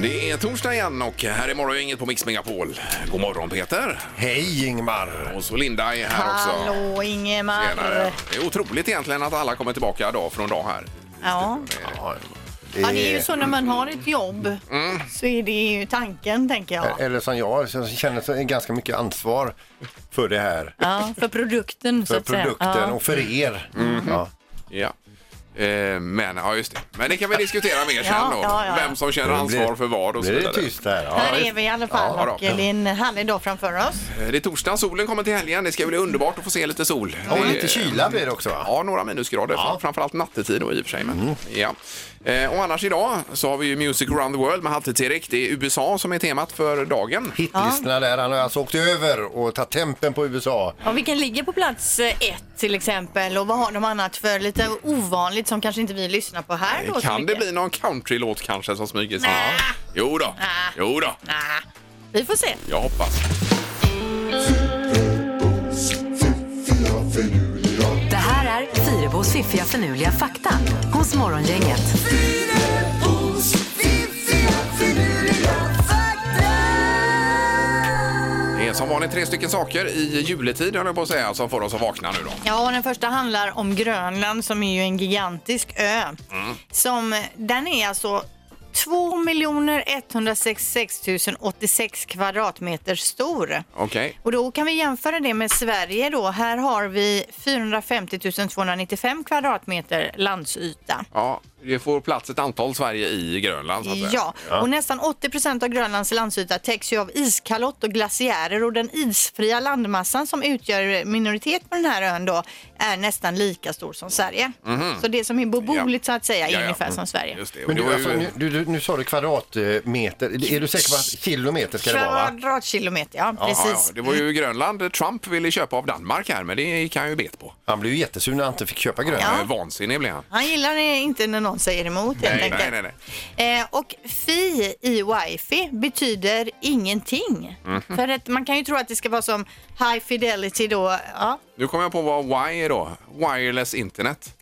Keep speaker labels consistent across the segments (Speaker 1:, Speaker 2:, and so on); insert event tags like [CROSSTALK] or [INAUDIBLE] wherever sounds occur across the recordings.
Speaker 1: Det är torsdag igen och här är morgongänget på Mix Megapol. God morgon Peter!
Speaker 2: Hej Ingmar!
Speaker 1: Och så Linda är här också.
Speaker 3: Hallå Ingemar!
Speaker 1: Tjenare. Det är otroligt egentligen att alla kommer tillbaka dag från dag här.
Speaker 3: Ja. ja, det är ju så när man har ett jobb
Speaker 1: Mm.
Speaker 3: så är det ju tanken tänker
Speaker 1: Eh,
Speaker 3: jag.
Speaker 2: Eller som jag, som känner så- ganska mycket ansvar för det här.
Speaker 3: Ja, för produkten så
Speaker 2: För
Speaker 3: att säga.
Speaker 2: produkten
Speaker 3: Ja.
Speaker 2: och för er. Ja.
Speaker 1: Ja. Eh, Men, ja, just det. Men det kan vi diskutera mer sen då.
Speaker 3: ja, ja.
Speaker 1: Vem som känner ansvar för vad och så
Speaker 2: blir det
Speaker 1: vidare.
Speaker 2: tyst här. Ja.
Speaker 3: Här är vi i alla fall
Speaker 1: Ja, då.
Speaker 3: och det är en härlig dag framför oss.
Speaker 1: Eh, Det är torsdag, solen kommer till helgen. Det ska bli underbart att få se lite sol.
Speaker 2: Och
Speaker 1: Det-
Speaker 2: lite kyla blir det också va?
Speaker 1: Ja, några minusgrader. Ja. Framförallt nattetid då i och för sig. Men,
Speaker 2: Mm.
Speaker 1: ja. eh, och annars idag så har vi ju Music around the world med Halvtids-Erik. Det är USA som är temat för dagen.
Speaker 2: Hitlistorna där, han har alltså åkt över och tagit tempen på USA.
Speaker 3: Och vilken ligger på plats eh, ett till exempel och vad har de annat för lite ovanligt som kanske inte vi lyssnar på här då? så
Speaker 1: Kan det
Speaker 3: mycket?
Speaker 1: bli någon countrylåt kanske som smyger sig?
Speaker 3: Nä.
Speaker 1: Jo då. Jo då.
Speaker 3: Ah, vi får se.
Speaker 1: jag hoppas.
Speaker 4: Det här är Fyrabos fiffiga förnuliga fakta hos Morgongänget.
Speaker 1: Det är som vanligt tre stycken saker i juletid höll jag på att säga, som får oss att vakna nu då.
Speaker 3: Ja, och den första handlar om Grönland som är ju en gigantisk ö. Som, den är alltså 2 166 086 kvadratmeter stor.
Speaker 1: Okej.
Speaker 3: Och då kan vi jämföra det med Sverige då. Här har vi 450 295 kvadratmeter landsyta.
Speaker 1: Ja, det får plats ett antal Sverige i Grönland så att säga.
Speaker 3: Ja, och nästan 80 procent av Grönlands landsyta täcks ju av iskalott och glaciärer och den isfria landmassan som utgör minoritet på den här ön då är nästan lika stor som Sverige. Så det som är beboeligt så att säga är
Speaker 1: Mhm. Ja, ja.
Speaker 3: ungefär som
Speaker 1: Mm.
Speaker 3: Sverige.
Speaker 1: Just det. Och
Speaker 2: Men
Speaker 1: det
Speaker 2: du,
Speaker 1: var ju...
Speaker 2: alltså, nu, du, du, nu sa du kvadratmeter. Är du säker på att kilometer ska det vara? Va?
Speaker 3: Kvadratkilometer, ja,
Speaker 1: Ja, ja,
Speaker 3: precis. Mm.
Speaker 1: det var ju Grönland Trump ville köpa av Danmark här, men det gick han ju bet på.
Speaker 2: Han blev ju jättesur när han inte fick köpa gröna.
Speaker 1: Eh, Vansinnig blev han.
Speaker 3: Han gillar det inte när någon säger emot helt
Speaker 1: Nej,
Speaker 3: enkelt.
Speaker 1: nej, nej,
Speaker 3: Eh, och fi i wifi betyder ingenting.
Speaker 1: Mhm.
Speaker 3: För att man kan ju tro att det ska vara som high fidelity då. Ja,
Speaker 1: Nu kommer jag på vad wire är då. Wireless internet.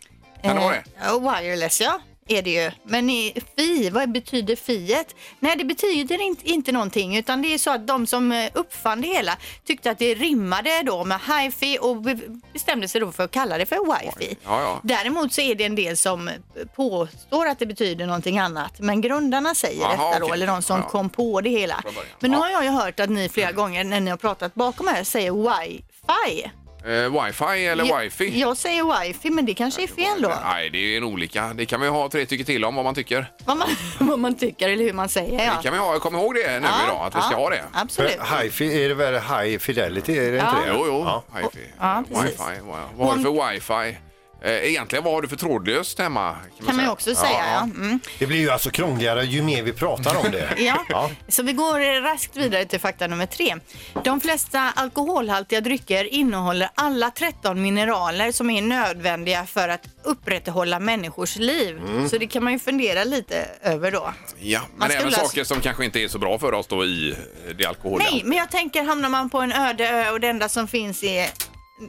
Speaker 1: Kan det
Speaker 3: Eh.
Speaker 1: vara det?
Speaker 3: Ja, oh, wireless ja, är det ju. Men i fi, vad betyder fiet? Nej, det betyder inte, inte någonting utan det är så att de som eh, uppfann det hela tyckte att det rimmade då med hifi och be- bestämde sig då för att kalla det för wifi.
Speaker 1: Ja, ja.
Speaker 3: Däremot så är det en del som eh, påstår att det betyder någonting annat. Men grundarna säger
Speaker 1: Aha,
Speaker 3: detta då,
Speaker 1: okej.
Speaker 3: eller de som
Speaker 1: Ja, ja.
Speaker 3: kom på det hela.
Speaker 1: Från början.
Speaker 3: Men nu
Speaker 1: Ja. Mm.
Speaker 3: har jag ju hört att ni flera gånger när ni har pratat bakom här säger wifi.
Speaker 1: Eh, wifi eller
Speaker 3: Jag-
Speaker 1: wifi?
Speaker 3: Jag säger wifi, men det kanske är fel då.
Speaker 1: Nej, det är en olika. Det kan vi ha tre tycker till om vad man tycker.
Speaker 3: vad man, [LAUGHS] vad man tycker eller hur man säger. Ja.
Speaker 1: Det kan vi ha. Kom ihåg det nu
Speaker 3: Ja,
Speaker 1: idag, att vi ska
Speaker 3: ja,
Speaker 1: ha det.
Speaker 3: Absolut.
Speaker 2: För high, fi- är det väl high fidelity? Är det inte det?
Speaker 1: Jo, jo.
Speaker 2: Ja.
Speaker 1: Wifi.
Speaker 3: ja, precis.
Speaker 1: wifi. Wow. Vad har du för wifi? Eh, Egentligen, vad har du för trådlöst hemma?
Speaker 3: Kan man ju också säga. Ja, Mm.
Speaker 2: Det blir ju alltså krångligare ju mer vi pratar om det.
Speaker 3: [LAUGHS] Ja.
Speaker 2: Ja.
Speaker 3: Så vi går eh, raskt vidare till fakta nummer tre. De flesta alkoholhaltiga drycker innehåller alla 13 mineraler som är nödvändiga för att upprätthålla människors liv.
Speaker 1: Mm.
Speaker 3: Så det kan man ju fundera lite över då.
Speaker 1: Ja,
Speaker 3: Man
Speaker 1: men
Speaker 3: ska
Speaker 1: även
Speaker 3: väl alltså-
Speaker 1: saker som kanske inte är så bra för oss då i eh, det alkoholiga.
Speaker 3: Nej, men jag tänker hamnar man på en öde ö och det enda som finns är,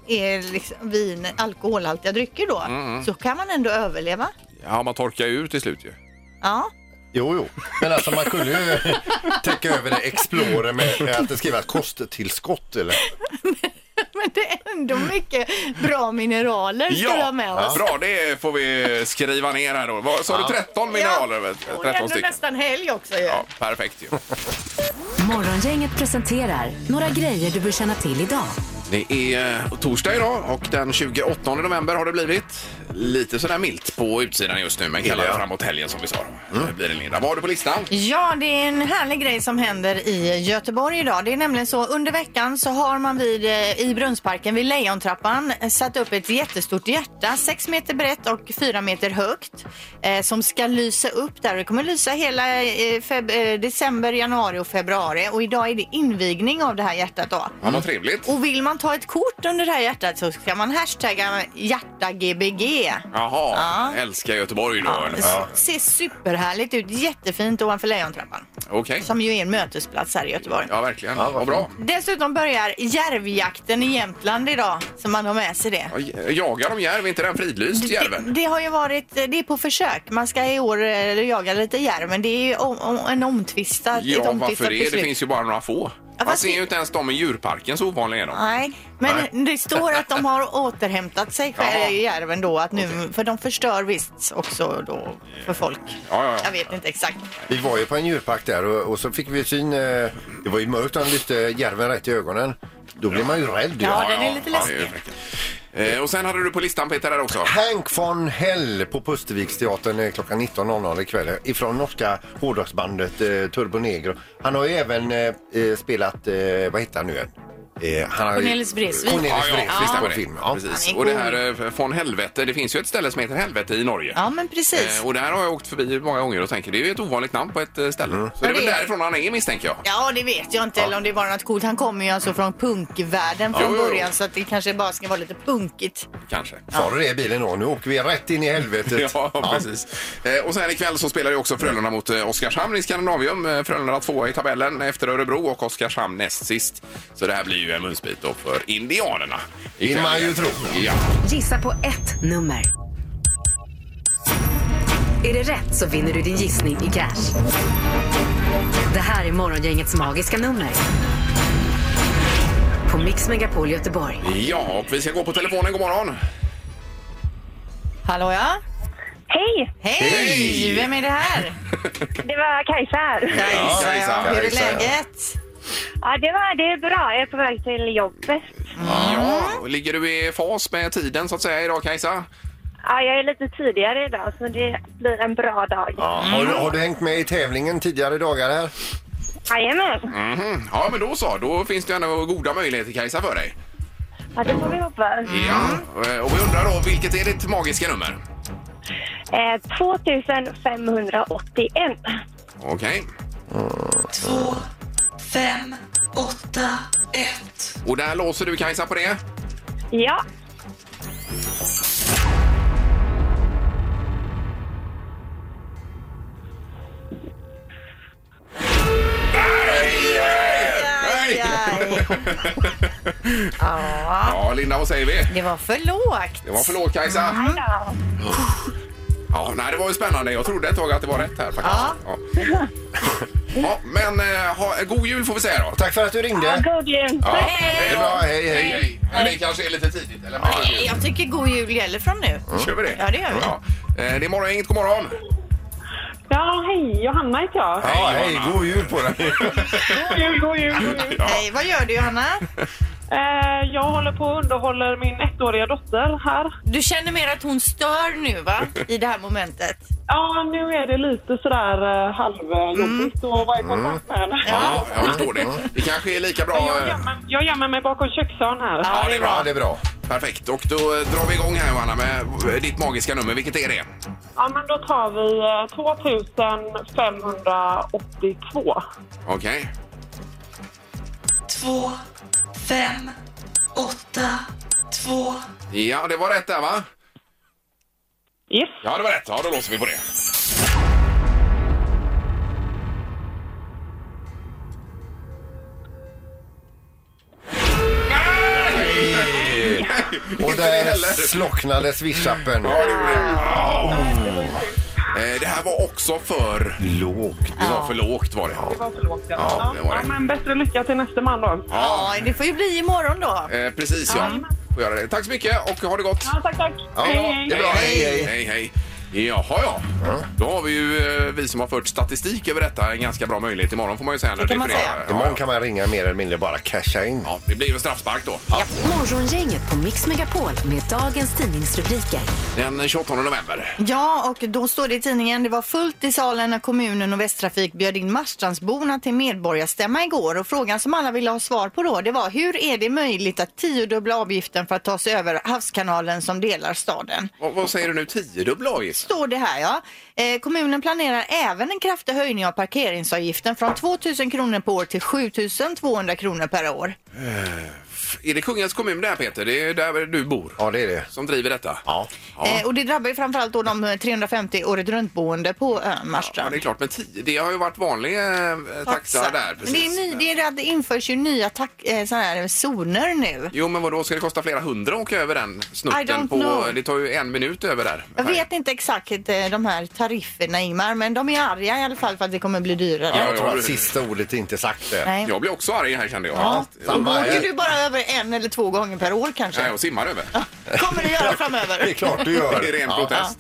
Speaker 3: är liksom vin, alkoholhaltiga drycker då,
Speaker 1: Mm.
Speaker 3: så kan man ändå överleva.
Speaker 1: Ja, man torkar ju ut till slut ju.
Speaker 3: Ja.
Speaker 2: Jo, jo. Men alltså man kunde ju täcka över det Explorer med att det skrivs kosttillskott eller?
Speaker 3: [LAUGHS] Men det är ändå mycket bra mineraler ska vi ha med oss.
Speaker 1: bra det får vi skriva ner här då. Vad- Sa du 13 mineraler? vet du?
Speaker 3: Och det är
Speaker 1: 13
Speaker 3: ändå
Speaker 1: stycken.
Speaker 3: nästan helg också ju.
Speaker 1: Ja, perfekt ju.
Speaker 4: Morgongänget presenterar några grejer du bör känna till idag.
Speaker 1: Det är eh, torsdag idag och den 28 november har det blivit. lite sådär milt på utsidan just nu, men kallare
Speaker 2: ja.
Speaker 1: framåt helgen som vi sa.
Speaker 3: Mm.
Speaker 1: Det blir det Linda. Vad har du på listan?
Speaker 3: Ja, det är en härlig grej som händer i Göteborg idag. Det är nämligen så under veckan så har man vid, eh, i Brunnsparken vid Lejontrappan eh, satt upp ett jättestort hjärta, sex meter brett och fyra meter högt, eh, som ska lysa upp där. Det kommer lysa hela eh, feb- eh, december, januari och februari och idag är det invigning av det här hjärtat då.
Speaker 1: Ja, vad trevligt.
Speaker 3: Och vill man ta ett kort under det här hjärtat så ska man hashtagga hjärtagbg.
Speaker 1: Jaha,
Speaker 3: Ja.
Speaker 1: älskar Göteborg då.
Speaker 3: Ja,
Speaker 1: eller?
Speaker 3: s- Ser superhärligt ut, jättefint ovanför Lejontrappan.
Speaker 1: Okej.
Speaker 3: Som ju är en mötesplats här i Göteborg.
Speaker 1: Ja, verkligen. Ja, vad bra.
Speaker 3: Dessutom börjar järvjakten i Jämtland idag, så man har med sig det.
Speaker 1: Ja, Jagar de järv? Är inte den fridlyst,
Speaker 3: Det,
Speaker 1: järven?
Speaker 3: det har ju varit, det är på försök. Man ska i år eh, jaga lite järv, men det är ju om, om, en omtvistad, ett
Speaker 1: Ja,
Speaker 3: omtvistat
Speaker 1: varför det? Det
Speaker 3: beslut.
Speaker 1: finns ju bara några få. Man
Speaker 3: fast
Speaker 1: ser
Speaker 3: det-
Speaker 1: ju inte ens dem i djurparken, så ovanliga är de.
Speaker 3: Nej, men det står att de har återhämtat sig
Speaker 1: [LAUGHS] Jaha.
Speaker 3: för järven då, att nu, för de förstör visst också då för folk.
Speaker 1: Ja, ja, ja.
Speaker 3: Jag vet inte exakt.
Speaker 2: Vi var ju på en djurpark där och, och så fick vi syn, eh, det var ju mörkt och han lyfte järven rätt i ögonen. Då blir man ju rädd ju.
Speaker 3: Ja, den är
Speaker 1: det
Speaker 3: lite
Speaker 1: är
Speaker 3: läskig.
Speaker 1: ju- Eh, Och sen hade du på listan Peter där också.
Speaker 2: Hank von Hell på Pusterviksteatern eh, klockan 19.00 ikväll eh, ifrån norska hårdrocksbandet eh, Turbo Negro. Han har ju även eh, eh, spelat, eh, vad heter han nu igen? Eh, han har ju-
Speaker 3: Cornelis Vreeswijk.
Speaker 2: Cornelis
Speaker 1: Ja, ja,
Speaker 2: Vreeswijk
Speaker 1: visst är
Speaker 2: på
Speaker 1: det.
Speaker 2: film. Ja.
Speaker 1: Precis.
Speaker 3: Han är
Speaker 1: Och det
Speaker 3: god.
Speaker 1: här eh, från helvete, det finns ju ett ställe som heter helvete i Norge.
Speaker 3: Ja, men precis.
Speaker 1: Eh, och där har jag åkt förbi många gånger och tänker det är ju ett ovanligt namn på ett eh, ställe. Så det är
Speaker 3: Ja,
Speaker 1: väl
Speaker 3: det är-
Speaker 1: därifrån han är misstänker jag.
Speaker 3: Ja, det vet jag inte. Eller om det var något coolt. Han kommer ju alltså från punkvärlden
Speaker 1: Jo,
Speaker 3: från
Speaker 1: jo, jo.
Speaker 3: början så att det kanske bara ska vara lite punkigt.
Speaker 1: Kanske.
Speaker 2: Sa du det i bilen då? Nu åker vi rätt in i helvetet.
Speaker 1: [LAUGHS] Ja, precis. Eh, och sen ikväll så spelar ju också Frölunda mot eh, Oskarshamn i Skandinavium. Eh, Frölunda tvåa i tabellen efter Örebro och Oskarshamn näst sist. Så det här blir ju en munsbit då för Indianerna.
Speaker 2: Vill man ju tro.
Speaker 1: Ja.
Speaker 4: Gissa på ett nummer. Är det rätt så vinner du din gissning i cash. Det här är Morgongängets magiska nummer. På Mix Megapol Göteborg.
Speaker 1: ja, och vi ska gå på telefonen. God morgon.
Speaker 3: Hallå ja?
Speaker 5: Hej!
Speaker 3: Hej!
Speaker 1: Hej!
Speaker 3: Vem är det här?
Speaker 5: Det var Kajsa här.
Speaker 3: Kajsa,
Speaker 1: Kajsa.
Speaker 3: ja. Hur är
Speaker 2: Kajsa, ja.
Speaker 3: läget?
Speaker 5: Ja, det, var, det är bra. Jag är på väg till jobbet.
Speaker 1: Ja, och ligger du i fas med tiden så att säga idag Kajsa?
Speaker 5: Ja, jag är lite tidigare idag, så det blir en bra dag.
Speaker 2: Ja, har, du, har du hängt med i tävlingen tidigare dagar här?
Speaker 5: Jajamän!
Speaker 1: Mhm. Ja, men då så. Då finns det ju ändå goda möjligheter Kajsa för dig.
Speaker 5: Ja, det får vi hoppas.
Speaker 1: Ja. Eh, Och vi undrar då, vilket är ditt magiska nummer?
Speaker 5: Eh, 2581.
Speaker 1: Okej.
Speaker 6: två, fem, åtta, ett.
Speaker 1: Och där låser du Kajsa på det?
Speaker 5: Ja,
Speaker 1: Nej!
Speaker 3: Aj.
Speaker 1: Ja, Linda, vad säger vi?
Speaker 3: Det var för lågt.
Speaker 1: Det var för lågt,
Speaker 7: Mm.
Speaker 1: Kajsa.
Speaker 5: ja.
Speaker 1: Ja, nej, det var ju spännande. Jag trodde ett tag att det var rätt här faktiskt. Ja. Ja, men eh, ha, god jul får vi säga då.
Speaker 2: Tack för att du ringde.
Speaker 5: god jul!
Speaker 1: Ja,
Speaker 2: Det är
Speaker 1: hej,
Speaker 2: bra, hej,
Speaker 1: hej,
Speaker 2: hej.
Speaker 1: hej. Men det kanske är lite tidigt, eller? Men, god jul.
Speaker 3: Jag tycker god jul gäller från nu.
Speaker 1: Kör vi det?
Speaker 3: Ja, det gör vi.
Speaker 1: Ja. Eh, Det är morgon, inget god morgon.
Speaker 8: Ja, hej. Johanna heter jag.
Speaker 2: Ja, hej, god jul på dig.
Speaker 8: God jul, god jul, god jul.
Speaker 3: Hej, vad gör du Johanna?
Speaker 8: Eh, jag håller på och underhåller min ettåriga dotter här.
Speaker 3: Du känner mer att hon stör nu va? I det här momentet.
Speaker 8: Ja, nu är det lite sådär eh, halvjobbigt att vara i
Speaker 1: Mm.
Speaker 8: kontakt med henne.
Speaker 1: Ja, jag förstår det. Det kanske är lika
Speaker 8: Men
Speaker 1: bra.
Speaker 8: Jag,
Speaker 1: eh,
Speaker 8: gömmer, jag gömmer mig bakom köksön här.
Speaker 1: Ja, det är
Speaker 2: Ja,
Speaker 1: bra.
Speaker 2: det är bra.
Speaker 1: Perfekt. Och då eh, drar vi igång här, Johanna, med eh, ditt magiska nummer. Vilket är det?
Speaker 8: Ja, men då tar vi eh, 2582.
Speaker 1: Okej.
Speaker 6: Två, fem, åtta, två.
Speaker 1: Ja, det var rätt där, va?
Speaker 8: Yes.
Speaker 1: Ja, det var rätt. Ja, då låser vi på det. Nej!
Speaker 2: Och
Speaker 1: Inte det
Speaker 2: där
Speaker 1: heller.
Speaker 2: slocknade swishappen.
Speaker 1: Ja, det gjorde det. Au! Eh, Det här var också för...
Speaker 2: Lågt.
Speaker 1: Det var för lågt var det.
Speaker 8: Det var för lågt. Ja,
Speaker 1: Ja, det var det.
Speaker 8: Ja, men bättre lycka till nästa man då.
Speaker 3: Ja, det får ju bli imorgon då.
Speaker 1: Eh, Precis ja. Får göra det. Tack så mycket och ha det gott.
Speaker 8: Ja, tack, tack.
Speaker 2: Ja,
Speaker 8: hej, hej.
Speaker 2: det är bra. Hej, Mm.
Speaker 1: hej,
Speaker 2: hej.
Speaker 1: hej. Jaha, ja. Då har vi ju eh, vi som har fört statistik över detta en ganska bra möjlighet imorgon får man ju säga. när Det
Speaker 3: kan man
Speaker 1: refererar.
Speaker 3: säga.
Speaker 1: Ja,
Speaker 2: Imorgon kan man ringa mer eller mindre bara casha in.
Speaker 1: ja, det blir ju en straffspark då.
Speaker 4: Morgongänget på Mix Megapol med dagens tidningsrubriker.
Speaker 1: Den 28 november.
Speaker 3: Ja, och då står det i tidningen, det var fullt i salen när kommunen och Västtrafik bjöd in Marstrandsborna till medborgarstämma igår och frågan som alla ville ha svar på då, det var hur är det möjligt att tiodubbla avgiften för att ta sig över havskanalen som delar staden?
Speaker 1: Vad, vad säger du nu? Tiodubbla avgift?
Speaker 3: Står det här ja. Eh, kommunen planerar även en kraftig höjning av parkeringsavgiften från 2 000 kronor per år till 7 200 kronor per år.
Speaker 1: Är det Kungälvs kommun där Peter? Det är där du bor
Speaker 2: Ja, det är det.
Speaker 1: som driver detta?
Speaker 2: Ja.
Speaker 3: Eh, och det drabbar ju framförallt då de eh, 350 året runt-boende på ön
Speaker 1: Ja,
Speaker 3: Marstrand.
Speaker 1: det är klart. Men tio, det har ju varit vanlig eh, taxa
Speaker 3: Eh, Taxa.
Speaker 1: där.
Speaker 3: Men Det, är
Speaker 1: Precis.
Speaker 3: ny, det, är, att det införs ju nya tack, eh, såna här zoner nu.
Speaker 1: Jo, men vadå? Ska det kosta flera hundra att åka över den
Speaker 3: I don't
Speaker 1: snutten? På,
Speaker 3: know.
Speaker 1: det tar ju en minut över där.
Speaker 3: Jag vet inte exakt eh, de här tarifferna Ingmar, men de är arga i alla fall för att det kommer bli dyrare.
Speaker 1: Ja,
Speaker 2: Jag tror
Speaker 1: det-
Speaker 2: att sista ordet är inte sagt än.
Speaker 3: Nej.
Speaker 1: Jag blir också arg här kände jag.
Speaker 3: Ja. Då
Speaker 2: samma här.
Speaker 3: åker du bara över en eller två gånger per år kanske.
Speaker 1: Nej, jag simmar över.
Speaker 3: kommer du göra
Speaker 2: Det är
Speaker 3: framöver.
Speaker 2: klart du gör.
Speaker 1: [LAUGHS] Det är ren protest.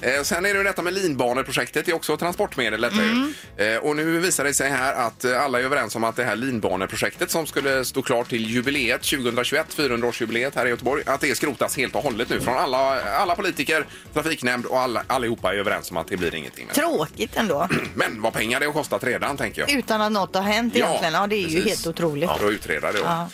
Speaker 1: Eh, Sen är det ju detta med linbaneprojektet, det är också transportmedel detta
Speaker 3: Mm.
Speaker 1: ju. Eh, Och nu visar det sig här att eh, alla är överens om att det här linbaneprojektet som skulle stå klart till jubileet 2021, 400-årsjubileet här i Göteborg, att det skrotas helt och hållet nu från alla, alla politiker, trafiknämnd och alla, allihopa är överens om att det blir ingenting. Men,
Speaker 3: Tråkigt ändå.
Speaker 1: men vad pengar det har kostat redan tänker jag.
Speaker 3: Utan att något har hänt egentligen. Ja, det är ju
Speaker 1: precis.
Speaker 3: helt otroligt.
Speaker 1: Ja, för att utreda det. då. Eh,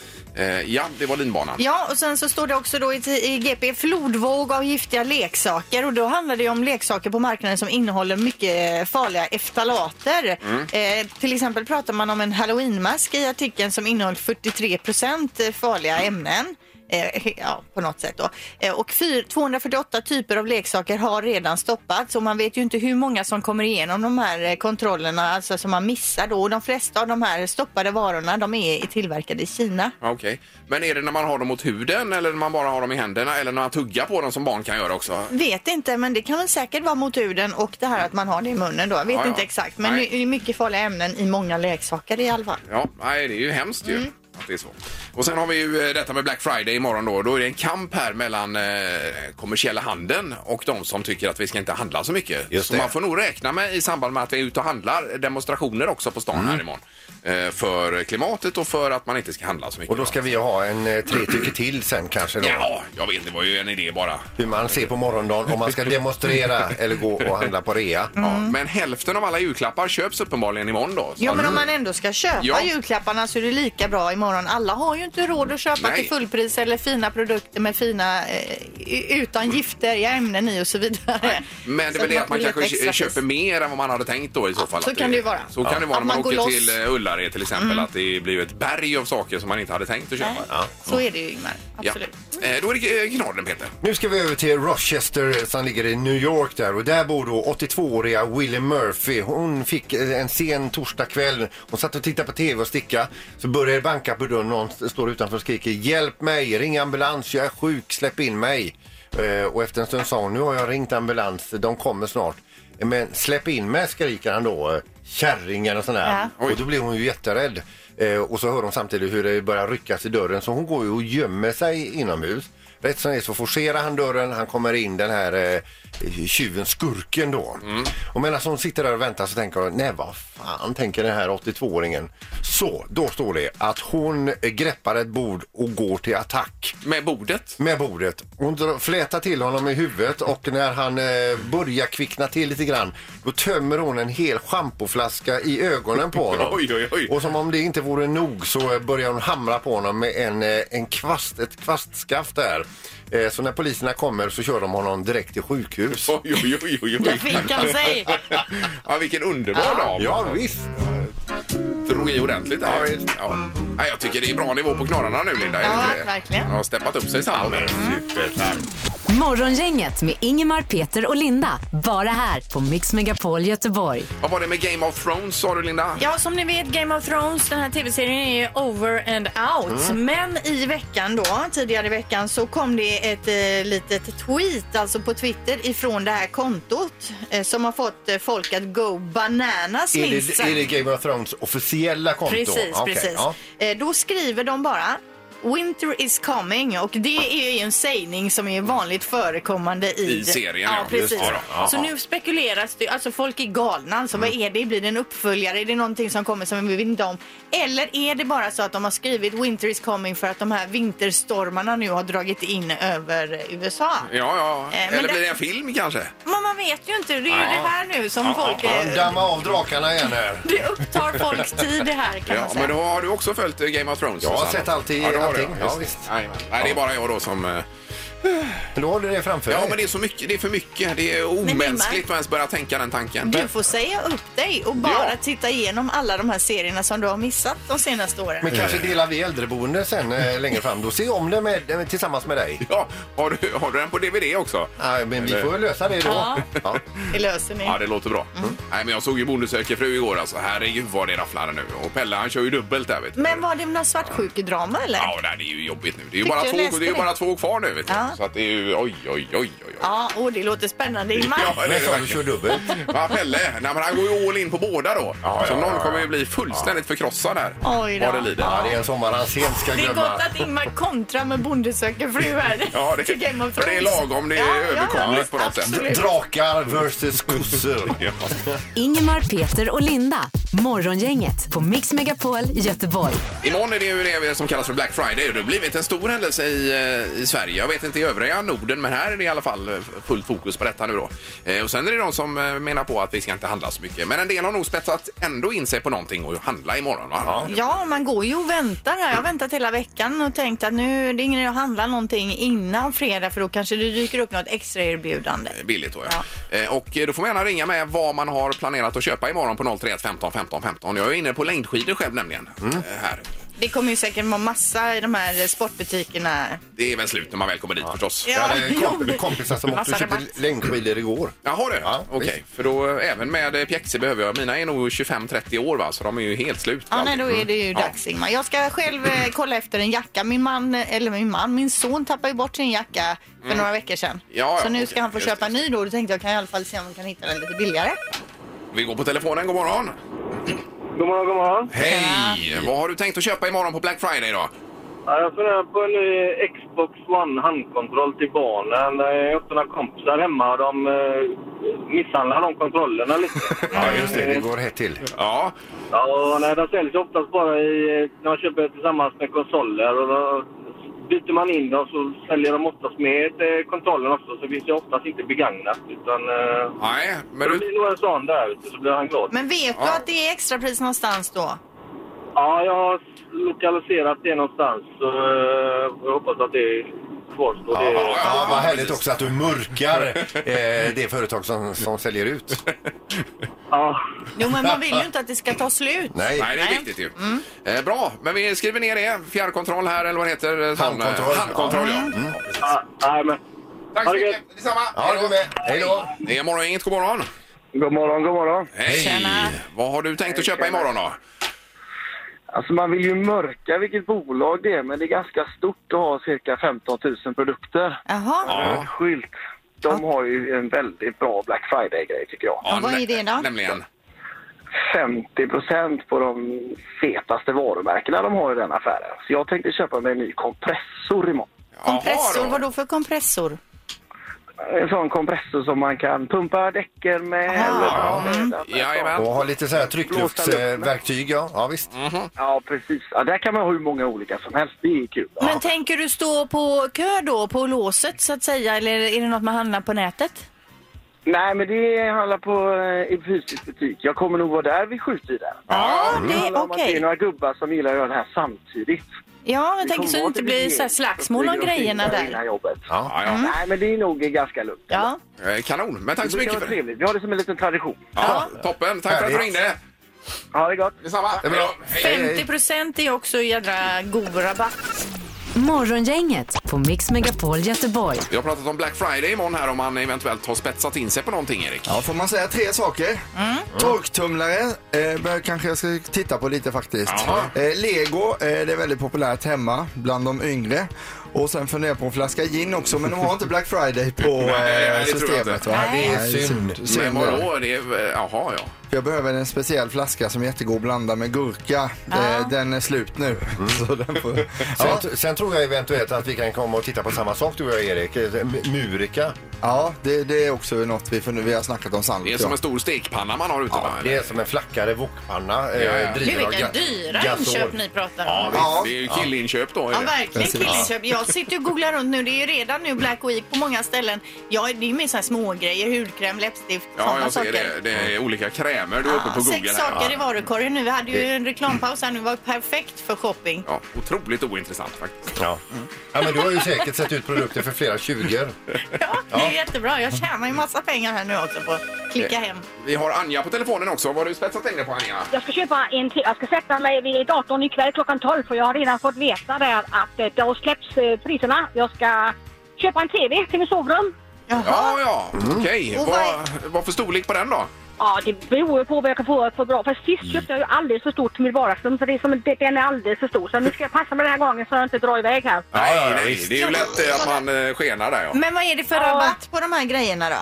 Speaker 1: Ja, det var linbanan.
Speaker 3: Ja, och sen så står det också då i, i GP flodvåg av giftiga leksaker och då handlar det ju om leksaker på marknaden som innehåller mycket eh, farliga eftalater. Eh, till exempel pratar man om en halloweenmask i artikeln som innehöll 43 procent eh, farliga ämnen. Eh, Ja, på något sätt då. Eh, Och fyr- 248 typer av leksaker har redan stoppats och man vet ju inte hur många som kommer igenom de här eh, kontrollerna, alltså som man missar då. Och de flesta av de här stoppade varorna, de är tillverkade i Kina.
Speaker 1: Ja, Okej. Men är det när man har dem mot huden eller när man bara har dem i händerna eller när man tuggar på dem som barn kan göra också?
Speaker 3: Vet inte, men det kan väl säkert vara mot huden och det här att man har det i munnen då. Jag vet
Speaker 1: Ja, ja.
Speaker 3: inte exakt, men
Speaker 1: Nej.
Speaker 3: det är mycket farliga ämnen i många leksaker i alla fall.
Speaker 1: Ja, nej, det är ju hemskt ju.
Speaker 3: Mm.
Speaker 1: Att det är så. Och sen har vi ju eh, detta med Black Friday imorgon då. Då är det en kamp här mellan eh, kommersiella handeln och de som tycker att vi ska inte handla så mycket.
Speaker 2: Just
Speaker 1: så
Speaker 2: det.
Speaker 1: man får nog räkna med i samband med att vi är ute och handlar demonstrationer också på stan
Speaker 2: Mm.
Speaker 1: här imorgon. Eh, för klimatet och för att man inte ska handla så mycket.
Speaker 2: Och då ska vi ha en eh, tre tycker till sen kanske då.
Speaker 1: Ja, jag vet, det var ju en idé bara.
Speaker 2: Hur man ser på morgondagen om
Speaker 1: [LAUGHS]
Speaker 2: man ska demonstrera eller gå och handla på rea.
Speaker 1: Ja, men hälften av alla julklappar köps uppenbarligen imorgon då. Mm. Så
Speaker 3: Mm. Ja,
Speaker 1: att-
Speaker 3: men om man ändå ska köpa
Speaker 1: Ja.
Speaker 3: julklapparna så är det lika bra imorgon. Alla har ju inte råd att köpa
Speaker 1: Nej.
Speaker 3: till fullpris eller fina produkter med fina, eh, i- utan gifter, i ämnen i och så vidare.
Speaker 1: Men det
Speaker 3: Så
Speaker 1: är väl det att man
Speaker 3: får
Speaker 1: kanske
Speaker 3: leta extra
Speaker 1: kö- köper
Speaker 3: pris.
Speaker 1: mer än vad man hade tänkt då i så fall.
Speaker 3: så
Speaker 1: Att
Speaker 3: kan det ju vara.
Speaker 1: Så kan det vara
Speaker 3: Att
Speaker 1: när man,
Speaker 3: man går
Speaker 1: åker
Speaker 3: loss.
Speaker 1: till eh, Ullared till exempel. Att det blir ju ett berg av saker som man inte hade tänkt att köpa.
Speaker 3: Nej, Så är det ju Ingmar, absolut.
Speaker 1: Eh, Då är det eh, knorren Peter.
Speaker 2: Nu ska vi över till Rochester som ligger i New York där och där bor då 82-åriga Willie Murphy. Hon fick eh, en sen torsdagkväll, hon satt och tittade på tv och sticka så börjar det banka på dörren och någon står utanför och skriker hjälp mig, ring ambulans, jag är sjuk, släpp in mig. Eh, Och efter en stund sa hon nu har jag ringt ambulans, de kommer snart. Eh, Men släpp in mig skriker han då, eh, kärringen och sådär.
Speaker 1: Ja.
Speaker 2: Och då blir hon ju jätterädd. Eh, och så hör hon samtidigt hur det börjar ryckas i dörren så hon går ju och gömmer sig inomhus. Rätt som det är så forcerar han dörren, han kommer in den här eh, tjuven, skurken då. Och medan hon sitter där och väntar så tänker hon, nej vad fan tänker den här 82-åringen. Så, då står det att hon eh, greppar ett bord och går till attack
Speaker 1: Med bordet. [LAUGHS]
Speaker 2: med bordet. Hon drar- flätar till honom i huvudet och när han eh, börjar kvickna till lite grann då tömmer hon en hel schampoflaska i ögonen på honom.
Speaker 1: [LAUGHS] Oj, oj, oj.
Speaker 2: Och som om det inte vore nog så eh, börjar hon hamra på honom med en, eh, en kvast, ett kvastskaft där. Eh, Så när poliserna kommer så kör de honom direkt till sjukhus.
Speaker 1: Oj, oj, oj, oj,
Speaker 3: Där
Speaker 1: oj.
Speaker 3: fick han sig.
Speaker 1: ja, vilken underbar dag.
Speaker 2: Ja visst!
Speaker 1: Drog i ordentligt där. Ja, Nej, jag tycker det är bra nivå på knorrarna nu Linda. Är det
Speaker 3: Ja,
Speaker 1: inte det?
Speaker 3: verkligen.
Speaker 1: De har steppat upp sig i samma.
Speaker 4: Morgongänget med Ingemar, Peter och Linda. Bara här på Mix Megapol Göteborg.
Speaker 1: Vad var det med Game of Thrones sa du Linda?
Speaker 6: Ja, som ni vet, Game of Thrones, den här tv-serien är ju over and out.
Speaker 2: Mm.
Speaker 3: Men i veckan då, tidigare i veckan så kom det ett eh, litet tweet, alltså på Twitter, ifrån det här kontot eh, som har fått eh, folk att go bananas
Speaker 2: Är
Speaker 3: minst
Speaker 2: det,
Speaker 3: sagt.
Speaker 2: är det Game of Thrones officiella konto?
Speaker 3: Precis,
Speaker 2: Okej,
Speaker 3: precis.
Speaker 2: ja.
Speaker 3: Eh, Då skriver de bara Winter is coming och det är ju en sägning som är vanligt förekommande i,
Speaker 1: I serien,
Speaker 3: Ja,
Speaker 1: ja. Just
Speaker 3: precis.
Speaker 1: det, då. Ja. Mm.
Speaker 3: Så nu spekuleras det, alltså folk är galna. Alltså, Vad är det? Blir det en uppföljare? Är det någonting som kommer som vi vet inte om? Eller är det bara så att de har skrivit Winter is coming för att de här vinterstormarna nu har dragit in över eh, USA?
Speaker 1: Ja, ja.
Speaker 3: Eh, men
Speaker 1: Eller
Speaker 3: det-
Speaker 1: blir det en film kanske?
Speaker 3: Men man vet ju inte. Det är ju det här nu som
Speaker 1: Ja,
Speaker 3: folk...
Speaker 2: Ja,
Speaker 3: eh,
Speaker 2: Damma av drakarna igen här.
Speaker 3: det upptar folks tid det här kan
Speaker 1: Ja,
Speaker 3: man säga.
Speaker 1: men då har du också följt eh, Game of Thrones?
Speaker 2: Jag har
Speaker 1: Susanne?
Speaker 2: sett allt i-
Speaker 1: du har det,
Speaker 2: allting. Ja,
Speaker 1: just det.
Speaker 2: visst.
Speaker 1: Nej, nej, det är bara jag då som... eh,
Speaker 2: Men Då håller det framför
Speaker 1: Ja,
Speaker 2: dig.
Speaker 1: men det är, så mycket, det är för mycket. Det är omänskligt att ens börja tänka den tanken.
Speaker 3: Du får säga upp dig och bara
Speaker 1: Ja.
Speaker 3: titta igenom alla de här serierna som du har missat de senaste åren.
Speaker 2: Men kanske delar vi äldreboende sen eh, längre fram. Då ser jag om det med, eh, tillsammans med dig.
Speaker 1: Ja, har du, har du den på DVD också?
Speaker 2: Nej, men vi får väl lösa det då.
Speaker 3: Ja.
Speaker 2: Ja.
Speaker 3: Det löser ni.
Speaker 1: Ja, det låter bra.
Speaker 3: Mm.
Speaker 1: Nej, men jag såg ju Bonde söker fru igår alltså. Herregud vad det rafflade nu. Och Pelle han kör ju dubbelt där vet du.
Speaker 3: Men var det någon svartsjukedrama eller?
Speaker 1: Ja, nej, det är ju jobbigt nu. Det är ju,
Speaker 3: Tyckte
Speaker 1: bara
Speaker 3: jag
Speaker 1: två,
Speaker 3: läste
Speaker 1: det är ju
Speaker 3: det.
Speaker 1: bara två kvar nu vet du.
Speaker 3: Ja.
Speaker 1: Så att det är ju oj, oj, oj, oj. oj.
Speaker 3: Ja, åh, det låter spännande Ingmar.
Speaker 1: Ja, det
Speaker 2: Men
Speaker 1: är det
Speaker 2: sa du kör
Speaker 1: verkligen.
Speaker 2: dubbelt.
Speaker 1: Va, Pelle, nej, men han går ju all in på båda då. så någon kommer ju bli fullständigt förkrossad här.
Speaker 3: Oj då.
Speaker 1: Vad det lider.
Speaker 2: Ja, det är en sommar han sent ska
Speaker 3: Det är
Speaker 2: glömma.
Speaker 3: gott att Ingmar kontrar med Bonde söker fru här.
Speaker 1: [LAUGHS] Ja, det-
Speaker 3: till Game of
Speaker 1: för det är
Speaker 3: Thrones.
Speaker 1: lagom, det är överkomligt på något sätt.
Speaker 3: absolut.
Speaker 2: Drakar versus kossor.
Speaker 4: Ingemar, Peter och Linda. Morgongänget på Mix Megapol i Göteborg.
Speaker 1: Imorgon är det ju det som kallas för Black Friday och det har blivit en stor händelse i, eh, i Sverige. Jag vet inte i övriga Norden men här är det i alla fall eh, fullt fokus på detta nu då. Eh, Och sen är det de som eh, menar på att vi ska inte handla så mycket. Men en del har nog spetsat ändå in sig på någonting och handla imorgon. va?
Speaker 3: Ja, man går ju och väntar här. Jag har väntat hela veckan och tänkt att nu är det ingen idé att handla någonting innan fredag för då kanske det dyker upp något extra erbjudande.
Speaker 1: Billigt då ja. Eh, Och eh, då får man gärna ringa med vad man har planerat att köpa imorgon på 031 15 15 15. Jag är inne på längdskidor själv nämligen.
Speaker 2: Mm.
Speaker 1: eh, Här.
Speaker 3: Det kommer ju säkert vara massa i de här sportbutikerna.
Speaker 1: Det är väl slut när man väl kommer dit förstås.
Speaker 2: Jag hade kom- kompisar som åkte och köpte längdskidor igår.
Speaker 1: Jaha du,
Speaker 2: Ja,
Speaker 1: okej.
Speaker 2: visst.
Speaker 1: För då eh, även med eh, pjäxor behöver jag. Mina är nog 25-30 år va, så de är ju helt slut.
Speaker 3: Ja, nej, då
Speaker 1: Mm.
Speaker 3: är det ju dags Ingmar. Jag ska själv eh, kolla efter en jacka. Min man, eh, eller min man, min son tappade ju bort sin jacka för några veckor sedan.
Speaker 1: Mm. Ja, ja,
Speaker 3: så nu
Speaker 1: okej.
Speaker 3: ska han få
Speaker 1: Just
Speaker 3: köpa
Speaker 1: det,
Speaker 3: en ny då. Då tänkte jag kan jag i alla fall se om vi kan hitta den lite billigare.
Speaker 1: Vi går på telefonen, god morgon.
Speaker 8: God morgon, god morgon.
Speaker 1: Hej! Vad har du tänkt att köpa imorgon på Black Friday då?
Speaker 8: Ja, jag funderar på en ny Xbox One handkontroll till barnen. Eh, Jag har några kompisar hemma och de eh, misshandlar de kontrollerna
Speaker 9: [LAUGHS]
Speaker 8: lite.
Speaker 2: Ja, just det. Det går hett till.
Speaker 1: Ja,
Speaker 8: Ja, nej, de säljs oftast bara i, eh, när man köper tillsammans med konsoler. Och då byter man in dem så säljer de oftast med eh, kontrollen också. Så finns det oftast inte begagnat. Utan, eh,
Speaker 1: nej, men
Speaker 8: det
Speaker 1: du...
Speaker 8: blir nog en sån där ute, så blir han glad.
Speaker 3: Men vet du att det är extrapris någonstans då?
Speaker 8: Ja, jag har lokaliserat det någonstans. Så, eh, jag hoppas att det kvarstår. Det,
Speaker 2: Ja, vad härligt också att du mörkar eh, det företag som, som säljer ut.
Speaker 8: ja.
Speaker 3: Jo, men man vill ju inte att det ska ta slut.
Speaker 2: Nej,
Speaker 1: Nej, det är viktigt ju.
Speaker 3: Mm.
Speaker 1: Eh, bra, men vi skriver ner det. Fjärrkontroll här, eller vad heter det? Sån, eh,
Speaker 2: Handkontroll.
Speaker 1: Handkontroll, ja.
Speaker 3: Mm.
Speaker 1: Ja, precis.
Speaker 8: Ja, nej, men.
Speaker 1: Tack
Speaker 8: Ha
Speaker 1: så
Speaker 8: det
Speaker 1: mycket. Detsamma.
Speaker 2: Ja, du är med. Hej då.
Speaker 1: Det är Morgongänget, god morgon.
Speaker 8: God morgon, god morgon.
Speaker 1: Hej!
Speaker 3: Tjena.
Speaker 1: Vad har du tänkt att köpa
Speaker 8: tjena.
Speaker 1: imorgon då?
Speaker 8: Alltså man vill ju mörka vilket bolag det är, men det är ganska stort att ha cirka 15 000 produkter.
Speaker 3: Jaha.
Speaker 1: Ja.
Speaker 8: Skylt. De har ju en väldigt bra Black Friday-grej tycker jag.
Speaker 3: Ja, vad är det då?
Speaker 1: Nämligen.
Speaker 8: 50 procent på de fetaste varumärkena de har i den affären. Så jag tänkte köpa mig en ny kompressor imorgon.
Speaker 3: Kompressor,
Speaker 1: Jaha
Speaker 3: vad
Speaker 1: då.
Speaker 3: då för kompressor?
Speaker 8: En Eh, sån kompressor som man kan pumpa däcken med.
Speaker 3: Ah,
Speaker 8: eller
Speaker 3: mm.
Speaker 1: Jajamän.
Speaker 2: Och ha lite så här tryckluftsverktyg, ja. ja visst.
Speaker 8: Ja, precis. Ja, där kan man ha hur många olika som helst. Det är kul.
Speaker 3: Men tänker du stå på kö då, på låset så att säga? Eller är det något man handlar på nätet?
Speaker 8: Nej, men det handlar på eh, i fysisk butik. Jag kommer nog vara där vid sjutiden.
Speaker 3: Ja,
Speaker 8: Det
Speaker 3: det
Speaker 1: Mm.
Speaker 8: handlar
Speaker 3: är
Speaker 8: om att det
Speaker 3: okej.
Speaker 8: är några gubbar som gillar att göra det här samtidigt.
Speaker 3: Ja, jag
Speaker 8: Det
Speaker 3: tänker
Speaker 8: kommer
Speaker 3: så det
Speaker 8: vara
Speaker 3: inte
Speaker 8: lite
Speaker 3: blir så här
Speaker 8: regering.
Speaker 3: slagsmål om
Speaker 8: Ligger och
Speaker 3: grejerna
Speaker 8: filar innan
Speaker 3: där.
Speaker 8: jobbet.
Speaker 1: Ja, ja.
Speaker 8: Nej, men det är nog ganska lugnt.
Speaker 3: Ja,
Speaker 1: Eh, Kanon, men tack
Speaker 8: Det
Speaker 1: så
Speaker 8: brukar
Speaker 1: mycket
Speaker 8: vara
Speaker 1: för det.
Speaker 8: trevligt. Vi har det som en liten tradition.
Speaker 1: Ja, toppen, tack för att du
Speaker 2: Härligt.
Speaker 1: ringde.
Speaker 8: Ha det gott!
Speaker 1: Detsamma.
Speaker 2: Det är bra.
Speaker 1: Hej.
Speaker 3: 50 procent är också jädra god rabatt.
Speaker 4: Morgongänget på Mix Megapol Göteborg.
Speaker 1: Vi har pratat om Black Friday imorgon här om man eventuellt har spetsat in sig på någonting Erik.
Speaker 7: Ja, får man säga tre saker? Torktumlare eh, bör- kanske jag ska titta på lite faktiskt.
Speaker 1: Jaha.
Speaker 7: Eh, Lego, eh, det är väldigt populärt hemma bland de yngre. Och sen funderar jag på en flaska gin också, men de har inte Black Friday på
Speaker 1: Nej,
Speaker 7: eh,
Speaker 1: det tror jag
Speaker 7: systemet
Speaker 1: inte.
Speaker 7: va?
Speaker 2: Det är
Speaker 7: Nej,
Speaker 2: synd.
Speaker 1: Men
Speaker 7: synd.
Speaker 1: vadå, det är, eh, jaha ja.
Speaker 7: Jag behöver en speciell flaska som är jättegod att blanda med gurka. Eh, Den är slut nu. [LAUGHS] Så den får...
Speaker 2: Sen, sen tror jag eventuellt att vi kan komma och titta på samma sak du och jag Erik. Eh, M- Murika.
Speaker 7: Ja, det, det är också något vi, för nu, vi har snackat om sannolikt.
Speaker 1: Det är som en stor stekpanna man har ute. va?
Speaker 2: Det är som en flackare wokpanna. eh,
Speaker 1: Ja, ja.
Speaker 3: Gud, vilka dyra inköp ni pratar om.
Speaker 1: Ja, visst.
Speaker 7: Ja.
Speaker 1: Det är ju killinköp då. är
Speaker 3: Ja,
Speaker 1: det.
Speaker 3: verkligen
Speaker 7: Precis.
Speaker 3: killinköp. Jag sitter och googlar runt nu. Det är ju redan nu Black Week på många ställen. Ja, det är ju mer så här smågrejer, hudkräm, läppstift,
Speaker 1: Ja,
Speaker 3: sådana
Speaker 1: jag ser
Speaker 3: saker.
Speaker 1: det. Det är olika krämer du är uppe
Speaker 3: Ja,
Speaker 1: på Google.
Speaker 3: sex
Speaker 1: här.
Speaker 3: saker i
Speaker 1: Ja.
Speaker 3: varukorgen nu. Vi hade ju en reklampaus här nu. Det var perfekt för shopping.
Speaker 1: Ja, otroligt ointressant faktiskt.
Speaker 2: Ja. ja, men du har ju säkert sett ut produkter för flera 20
Speaker 3: Ja, det är jättebra. Jag tjänar ju massa pengar här nu också på att klicka hem.
Speaker 1: Vi har Anja på telefonen också. Vad har du spetsat in dig på Anja?
Speaker 5: Jag ska köpa en till. Jag ska sätta mig vid datorn ikväll klockan 12 för jag har redan fått veta där att eh, då släpps eh, priserna. Jag ska köpa en TV till mitt sovrum.
Speaker 1: Ja, ja, okej.
Speaker 3: Mm. Och
Speaker 1: Vad,
Speaker 3: vad-
Speaker 1: vad för storlek på den då?
Speaker 5: Ja, det beror ju på vad jag kan få för bra. För sist köpte jag ju alldeles för stort till mitt vardagsrum så det är som, det- den är alldeles för stor. Så nu ska jag passa mig den här gången så jag inte drar iväg här.
Speaker 1: Nej, nej, det är ju lätt eh, att man eh, skenar där ja.
Speaker 3: Men vad är det för rabatt på de här grejerna då?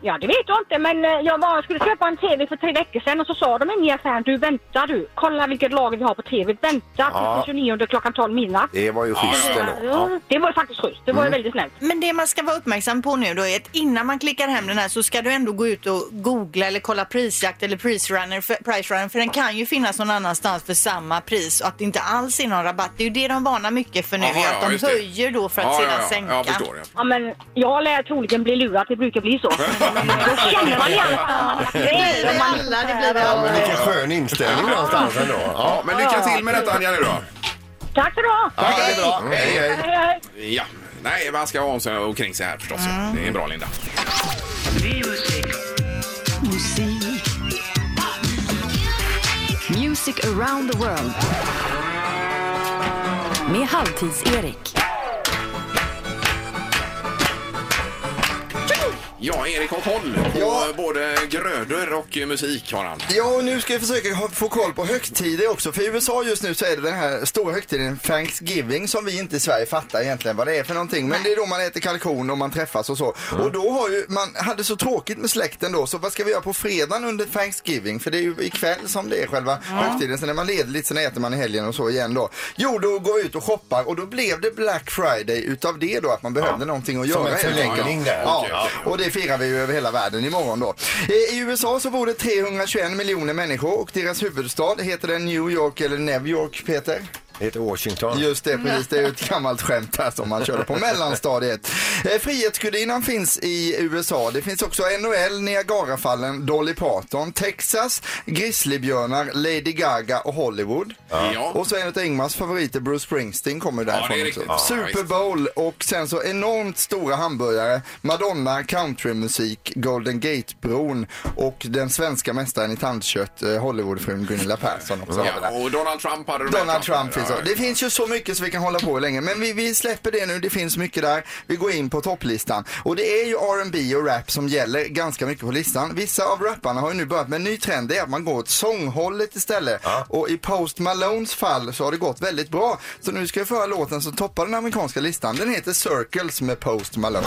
Speaker 5: Ja, det vet jag inte, men eh, jag var, skulle köpa en TV för tre veckor sedan och så sa de i affären du vänta du, kolla vilket lager vi har på TV, vänta till
Speaker 2: Ja.
Speaker 5: den 29 klockan 12 midnatt.
Speaker 2: Det var ju schysst ändå. Ja.
Speaker 5: Ja. Det var ju faktiskt schysst, det var ju väldigt snällt.
Speaker 3: Men det man ska vara uppmärksam på nu då är att innan man klickar hem den här så ska du ändå gå ut och googla eller kolla prisjakt eller prisrunner för, price runner för den kan ju finnas någon annanstans för samma pris och att det inte alls är någon rabatt. Det är ju det de varnar mycket för nu,
Speaker 1: Jaha, ja,
Speaker 3: att
Speaker 1: just
Speaker 3: de
Speaker 1: det.
Speaker 3: höjer då för att
Speaker 1: ja,
Speaker 3: sedan
Speaker 1: ja, ja.
Speaker 3: sänka.
Speaker 1: Ja, förstår jag.
Speaker 5: Ja, men jag lär troligen bli lurad, det brukar
Speaker 3: [LAUGHS]
Speaker 5: bli så. Då känner man i alla fall. att man-
Speaker 3: Det blir vi alla, det blir vi
Speaker 2: Ja, men
Speaker 3: alla.
Speaker 2: vilken skön inställning någonstans ändå. Ja.
Speaker 1: Ja, men lycka till med detta Anja nu då.
Speaker 5: Tack så du ha!
Speaker 2: Ja, det är bra. Mm, Hej, hej.
Speaker 5: Hej, hej.
Speaker 1: Ja, nej, man ska ha om sig omkring sig här förstås. ja.
Speaker 3: Mm.
Speaker 1: Det är bra Linda.
Speaker 4: Music around the world. Med Halvtids-Erik.
Speaker 1: Ja, Erik har koll på
Speaker 7: Ja.
Speaker 1: både grödor och eh, musik har han.
Speaker 7: Ja, och nu ska vi försöka ha- få koll på högtider också. För i USA just nu så är det den här stora högtiden Thanksgiving som vi inte i Sverige fattar egentligen vad det är för någonting. Men det är då man äter kalkon och man träffas och så.
Speaker 2: Mm.
Speaker 7: Och då har ju, man hade så tråkigt med släkten då, så vad ska vi göra på fredagen under Thanksgiving? För det är ju ikväll som det är själva högtiden. Sen är man ledig, sen äter man i helgen och så igen då. Jo, då går vi ut och shoppar och då blev det Black Friday utav det då, att man behövde någonting att
Speaker 2: Som
Speaker 7: göra
Speaker 2: en
Speaker 7: helt enkelt.
Speaker 2: förlängning där.
Speaker 7: Ja.
Speaker 2: Okej, okej.
Speaker 7: Och det firar vi ju över hela världen imorgon då. Eh, I USA så bor det 321 miljoner människor och deras huvudstad heter den New York eller New York Peter?
Speaker 2: Det heter Washington.
Speaker 7: Just det, precis. Det är ju ett gammalt skämt här som man körde på mellanstadiet. Eh, Frihetsgudinnan finns i USA. Det finns också NHL, Niagarafallen, Dolly Parton, Texas, grizzlybjörnar, Lady Gaga och Hollywood.
Speaker 1: Ja.
Speaker 7: Och så en av Ingmars favoriter, Bruce Springsteen, kommer ju
Speaker 1: Ja, det är
Speaker 7: därifrån
Speaker 1: riktigt.
Speaker 7: också. Super Bowl och sen så enormt stora hamburgare, Madonna, countrymusik, Golden Gate-bron och den svenska mästaren i tandkött, eh, Hollywoodfrun Gunilla Persson också. har vi
Speaker 1: Ja,
Speaker 7: där.
Speaker 1: och Donald Trump hade du
Speaker 7: Donald
Speaker 1: räknat
Speaker 7: Trump
Speaker 1: med.
Speaker 7: finns
Speaker 1: Ja,
Speaker 7: också. Det finns ju så mycket så vi kan hålla på hur länge. Men vi, vi släpper det nu, det finns mycket där. Vi går in på topplistan. Och det är ju R&B och rap som gäller ganska mycket på listan. Vissa av rapparna har ju nu börjat med en ny trend, det är att man går åt sånghållet istället. Och i Post Malones fall så har det gått väldigt bra. Så nu ska jag föra låten som toppar den amerikanska listan. Den heter Circles med Post Malone.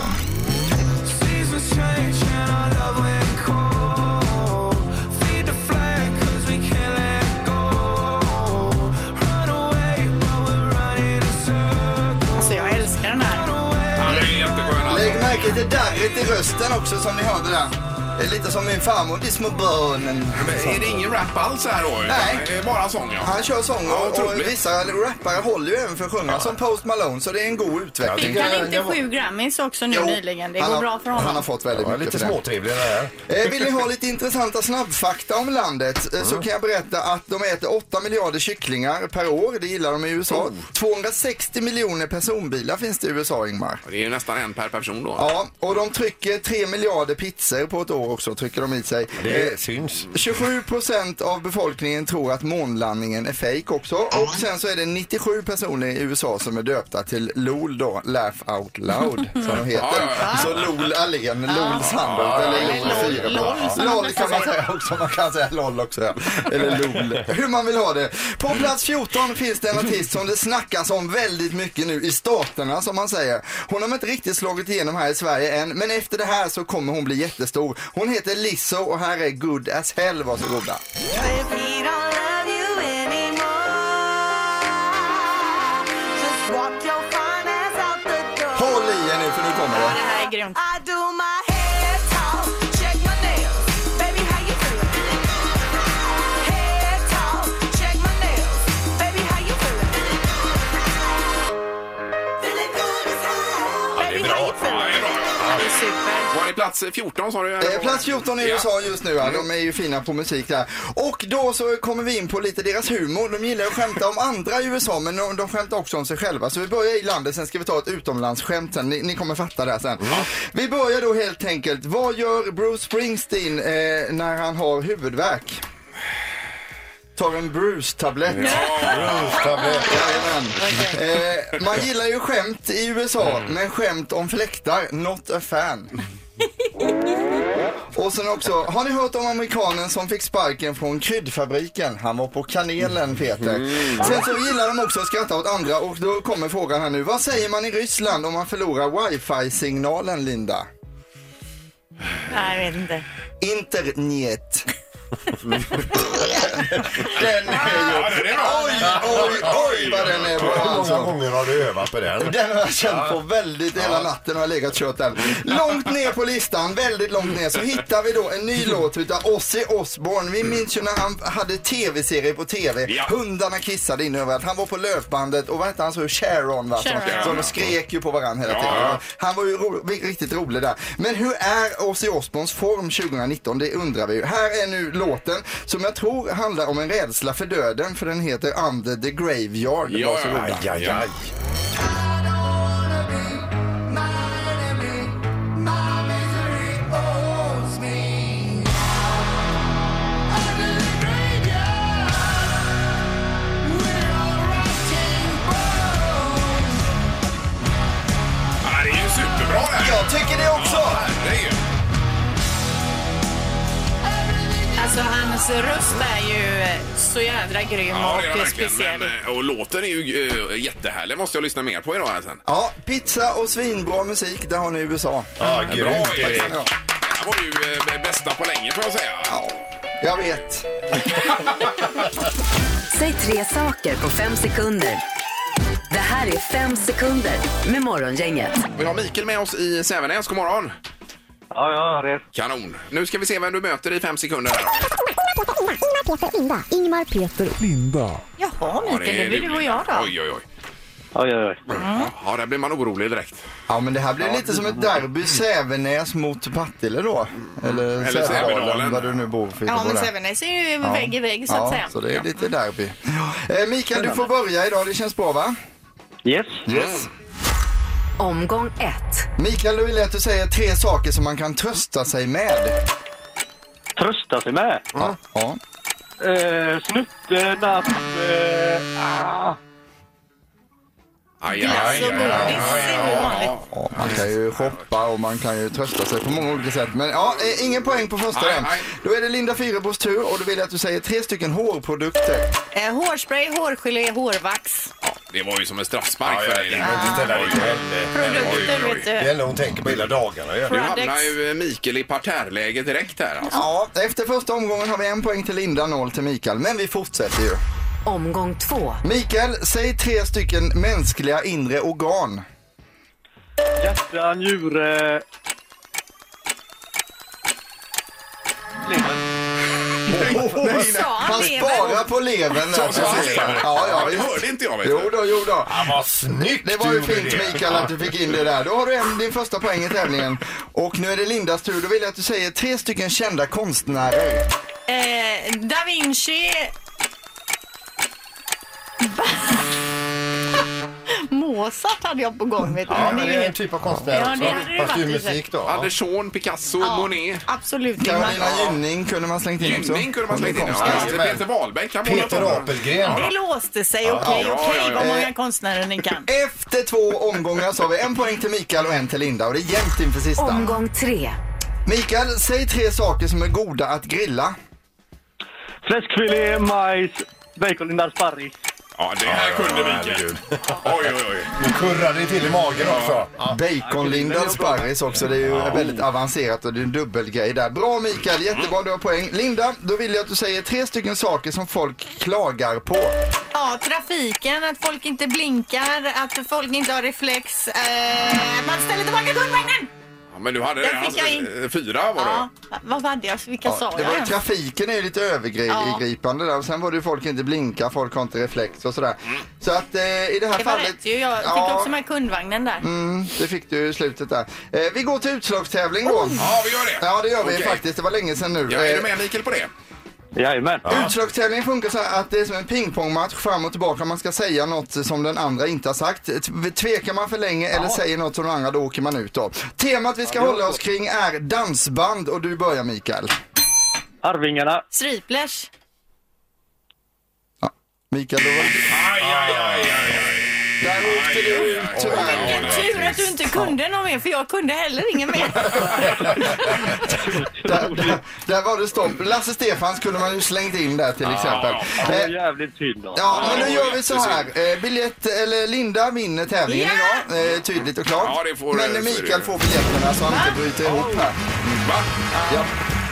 Speaker 3: Alltså jag älskar den här.
Speaker 1: Han är jätteskön alltså.
Speaker 7: Lägg märke till darret i rösten också som ni hörde där. Det är lite som min farmor, de små barnen.
Speaker 1: Men är det ingen rap alls här då? utan
Speaker 7: Nej.
Speaker 1: det är Bara sång ja.
Speaker 7: Han kör sång
Speaker 1: Ja,
Speaker 7: och, och
Speaker 1: otroligt.
Speaker 7: vissa rappare håller ju även för att sjunga som Post Malone så det är en god utveckling.
Speaker 3: Fick han inte sju Grammys också nu
Speaker 7: Jo,
Speaker 3: nyligen? Det
Speaker 7: han
Speaker 3: går
Speaker 7: har-
Speaker 3: bra för
Speaker 7: Han har
Speaker 3: honom.
Speaker 7: fått väldigt
Speaker 2: Ja,
Speaker 7: mycket
Speaker 2: lite
Speaker 7: för det.
Speaker 2: småtrevlig den här.
Speaker 7: Eh, Vill ni ha lite intressanta snabbfakta om landet eh, så kan jag berätta att de äter 8 miljarder kycklingar per år. Det gillar de i USA. 260 miljoner personbilar finns det i USA, Ingmar.
Speaker 1: Det är ju nästan en per person då.
Speaker 7: Ja, och de trycker 3 miljarder pizzor på ett år också, trycker de i sig. Eh,
Speaker 2: Det syns.
Speaker 7: 27 procent av befolkningen tror att månlandningen är fejk också. Och sen så är det 97 personer i USA som är döpta till LOL då, Laugh Out Loud, som de
Speaker 1: Ja, ja,
Speaker 7: heter. Så LOL allén, LOLs handboll, eller LOL
Speaker 3: Eller
Speaker 7: fyra.
Speaker 3: LOL,
Speaker 7: Ja.
Speaker 3: som man
Speaker 7: LOL
Speaker 3: nästan
Speaker 7: kan man
Speaker 3: säger.
Speaker 7: säga också, man kan säga LOL också. Ja. Eller LOL, hur man vill ha det. På plats 14 finns det en artist som det snackas om väldigt mycket nu i staterna, som man säger. Hon har inte riktigt slagit igenom här i Sverige än, men efter det här så kommer hon bli jättestor. Hon Hon heter Lizzo och här är Good as hell. Varsågoda. Håll i er nu för nu kommer det.
Speaker 6: här är grymt.
Speaker 1: Ja, det är bra. Ja, det är bra. Var det plats 14 sa du? eller?
Speaker 7: Eh, Plats 14 i
Speaker 1: Ja.
Speaker 7: USA just nu, va? de är ju fina på musik där. Och då så kommer vi in på lite deras humor. De gillar att skämta om andra i USA men de, de skämtar också om sig själva. Så vi börjar i landet, sen ska vi ta ett utomlandsskämt sen. Ni, ni kommer fatta det här sen. Vi börjar då helt enkelt. Vad gör Bruce Springsteen eh, när han har huvudvärk? Tar en Bruce-tablett.
Speaker 2: Tablett.
Speaker 7: Jajamän. Eh, man gillar ju skämt i USA,
Speaker 1: Mm.
Speaker 7: men skämt om fläktar, not
Speaker 1: [LAUGHS]
Speaker 7: a fan. Och sen också, har ni hört om amerikanen som fick sparken från kryddfabriken? Han var på kanelen Peter.
Speaker 1: Mm.
Speaker 7: Sen så gillar de också att skratta åt andra och då kommer frågan här nu. Vad säger man i Ryssland om man förlorar wifi-signalen Linda?
Speaker 6: Nej, jag vet inte.
Speaker 7: Internet. den är ju...
Speaker 1: Ja, det är bra.
Speaker 7: Oj, oj, oj vad den är bra
Speaker 2: Hur många
Speaker 7: alltså.
Speaker 2: gånger har du övat på den?
Speaker 7: Den har jag känt på väldigt hela natten och har legat och kört den. Långt ner på listan, väldigt långt ner, så hittar vi då en ny låt utav Ozzy Osbourne. Vi minns ju när han hade tv-serie på tv.
Speaker 1: Ja.
Speaker 7: Hundarna kissade in överallt. Han var på löpbandet och vad hette han så? Sharon va? Som-
Speaker 6: Sharon.
Speaker 7: Som skrek ju på varandra hela
Speaker 1: Ja,
Speaker 7: tiden.
Speaker 1: ja.
Speaker 7: Han var ju ro riktigt rolig där. Men hur är Ozzy Osbournes form 2019? Det undrar vi ju. Här är nu låten som jag tror handlar om en rädsla för döden för den heter Under the Graveyard.
Speaker 1: Ja,
Speaker 7: Varsågoda.
Speaker 1: ja,
Speaker 2: Aj, aj, aj.
Speaker 1: Ja, det är ju superbra det här.
Speaker 7: Jag tycker det också!
Speaker 1: Herregud.
Speaker 6: Alltså hans röst är ju eh, så jädra grym
Speaker 1: Ja, det är
Speaker 6: och eh,
Speaker 1: det verkligen.
Speaker 6: speciell.
Speaker 1: Men, eh, och låten är ju eh, jättehärlig. måste jag lyssna mer på idag här sen.
Speaker 7: Ja, pizza och svinbra musik, där har ni USA.
Speaker 1: Bra
Speaker 2: Ja, grymt.
Speaker 1: Erik!
Speaker 7: Ja.
Speaker 1: Det här var ju eh, bästa på länge får jag säga.
Speaker 7: Ja, jag vet.
Speaker 4: Säg tre saker på fem sekunder. Det här är fem sekunder med Morgongänget.
Speaker 1: Vi har Mikael med oss i Sävenäs. God morgon!
Speaker 8: Ja, ja, det.
Speaker 1: Kanon! Nu ska vi se vem du möter i fem sekunder. här.
Speaker 10: Ingmar, Peter, Linda.
Speaker 6: Jaha, Mikael, det blir du och jag då.
Speaker 1: Oj, oj, oj.
Speaker 8: Oj, oj, oj.
Speaker 1: Ja, där blir man orolig direkt.
Speaker 7: Ja, men det här blir lite som ett derby, Sävenäs mot Partille då.
Speaker 2: Mm.
Speaker 7: Eller,
Speaker 1: Sävedalen.
Speaker 7: Där du nu bor. Fritte,
Speaker 3: Ja,
Speaker 7: på
Speaker 3: men
Speaker 7: där.
Speaker 3: Sävenäs är ju
Speaker 7: Ja.
Speaker 3: vägg i vägg så att
Speaker 7: ja,
Speaker 3: säga.
Speaker 7: så det är lite derby. Eh, Mikael, du får börja idag. Det känns bra, va?
Speaker 8: Yes.
Speaker 7: Yes.
Speaker 4: Omgång ett.
Speaker 7: Mikael, du vill jag att du säger tre saker som man kan trösta sig med.
Speaker 8: Trösta sig med.
Speaker 7: Ja. ja.
Speaker 8: Eh, snutte, napp... Eh, ah.
Speaker 1: Aj, aj,
Speaker 6: Glass och godis är vanligt.
Speaker 7: Ja, man kan ju shoppa och man kan ju trösta sig på många olika sätt. Men ja, eh, ingen poäng på första
Speaker 1: Nej,
Speaker 7: än.
Speaker 1: nej.
Speaker 7: Då är det Linda Fyrebos tur och då vill jag att du säger tre stycken hårprodukter.
Speaker 3: Eh, hårspray, hårgelé, hårvax.
Speaker 1: Det var ju som en straffspark
Speaker 2: Ja,
Speaker 1: för
Speaker 2: ja,
Speaker 1: dig.
Speaker 2: det går inte att ställa dig till helvete.
Speaker 3: Produkter, vet
Speaker 2: Det
Speaker 3: du.
Speaker 2: är det hon tänker på hela dagarna. ju.
Speaker 1: Nu
Speaker 3: Products.
Speaker 1: hamnar ju eh, Mikael i parterläge direkt här. Alltså.
Speaker 7: Ja, efter första omgången har vi en poäng till Linda, noll till Mikael. Men vi fortsätter ju.
Speaker 4: Omgång två.
Speaker 7: Mikael, säg tre stycken mänskliga inre organ.
Speaker 8: Hjärta, njure... Lever.
Speaker 3: Sa han
Speaker 7: Han
Speaker 3: det?
Speaker 7: sparar på levern. där,
Speaker 1: Så- så-
Speaker 7: precis.
Speaker 1: så-
Speaker 7: Ja, ja,
Speaker 1: Det
Speaker 7: visst.
Speaker 1: hörde inte jag. Vet du.
Speaker 7: Jo då, jo då.
Speaker 2: Ja, vad snyggt
Speaker 7: Det var ju
Speaker 2: du gjorde
Speaker 7: fint
Speaker 2: det.
Speaker 7: Mikael att du fick in det där. Då har du en, din första poäng i tävlingen. Och nu är det Lindas tur. Då vill jag att du säger tre stycken kända konstnärer.
Speaker 3: Eh, da Vinci... [LAUGHS] Mozart hade jag på gång, vet du.
Speaker 2: Ja,
Speaker 3: men
Speaker 2: men
Speaker 3: det
Speaker 2: det
Speaker 3: är
Speaker 2: är
Speaker 3: ju-
Speaker 2: en typ av konstnär
Speaker 6: Ja,
Speaker 2: också.
Speaker 6: det hade det
Speaker 2: Fast det är
Speaker 6: varit i sig.
Speaker 2: musik då. Ja.
Speaker 1: Andersson, Picasso,
Speaker 3: Ja,
Speaker 1: Monet.
Speaker 3: Absolut.
Speaker 7: Carolina
Speaker 3: Ingmar.
Speaker 7: Gynning kunde man slängt in också.
Speaker 1: Gynning kunde man slänga in. Ja,
Speaker 7: Konstnär.
Speaker 1: just det. Peter Wahlbeck kan man hålla på
Speaker 2: Peter
Speaker 1: med.
Speaker 2: Apelgren.
Speaker 3: Det låste sig. Okej,
Speaker 1: ja,
Speaker 3: okej.
Speaker 1: ja, ja.
Speaker 3: Vad många konstnärer ni kan.
Speaker 7: Efter två omgångar så har vi en poäng till Mikael och en till Linda och det är jämnt inför sista.
Speaker 4: Omgång tre.
Speaker 7: Mikael, säg tre saker som är goda att grilla.
Speaker 8: Fläskfilé, majs, bacon, innan sparris.
Speaker 1: Ja, det här kunde vi. Oj, oj, oj.
Speaker 2: Hon kurrade till i magen också.
Speaker 7: Baconlindad sparris också, det är ju väldigt avancerat och det är en dubbelgrej där. Bra Mikael, jättebra, du har poäng. Linda, då vill jag att du säger tre stycken saker som folk klagar på.
Speaker 3: Ja, trafiken, att folk inte blinkar, att folk inte har reflex, eh, att man ställer tillbaka kundvagnen!
Speaker 1: Ja, men du hade
Speaker 3: Den
Speaker 1: redan
Speaker 3: fick jag in.
Speaker 1: eh, fyra var det.
Speaker 3: Ja, vad hade jag? Vilka sa
Speaker 7: Det var ju,
Speaker 3: jag?
Speaker 7: trafiken är ju lite övergripande där och sen var det ju folk inte blinkar, folk har inte reflex och sådär. Så att eh, i det här
Speaker 3: Det var
Speaker 7: fallet...
Speaker 3: rätt ju. Jag fick
Speaker 7: Ja.
Speaker 3: också med kundvagnen där.
Speaker 7: Mm, det fick du i slutet där. Eh, vi går till utslagstävling då.
Speaker 1: Ja, vi gör det.
Speaker 7: Ja, det gör vi
Speaker 1: Okej.
Speaker 7: faktiskt. Det var länge sesedan nu.
Speaker 1: Ja, är du
Speaker 7: Eh,
Speaker 1: med Mikael på det?
Speaker 11: Jajamän.
Speaker 7: Utslagstävling funkar så här att det är som en pingpongmatch fram och tillbaka. Man ska säga något som den andra inte har sagt. T- Tvekar man för länge eller säger något som den andra, då åker man ut då. Temat vi ska
Speaker 11: Ja, det
Speaker 7: hålla
Speaker 11: låter
Speaker 7: oss kring är dansband och du börjar Mikael.
Speaker 11: Arvingarna.
Speaker 3: Striplers.
Speaker 7: Mikael, då var
Speaker 1: Aj, aj, aj, aj,
Speaker 7: Där åkte du ut
Speaker 1: tyvärr.
Speaker 3: Tur att du inte kunde någon mer, för jag kunde heller ingen
Speaker 7: [LAUGHS]
Speaker 3: mer.
Speaker 7: där, där, där var det stopp. Lasse Stefans kunde man ju slängt in där till exempel.
Speaker 11: Det var
Speaker 7: Eh,
Speaker 11: jävligt synd. alltså.
Speaker 7: Ja, men nu gör vi så här. Eh, Biljett, eller Linda vinner tävlingen idag, eh, tydligt och klart.
Speaker 1: Ja, det får- eh, så är det
Speaker 7: men
Speaker 1: ju.
Speaker 7: Mikael får biljetterna så han inte bryter ihop här.
Speaker 1: Va?
Speaker 7: Ja.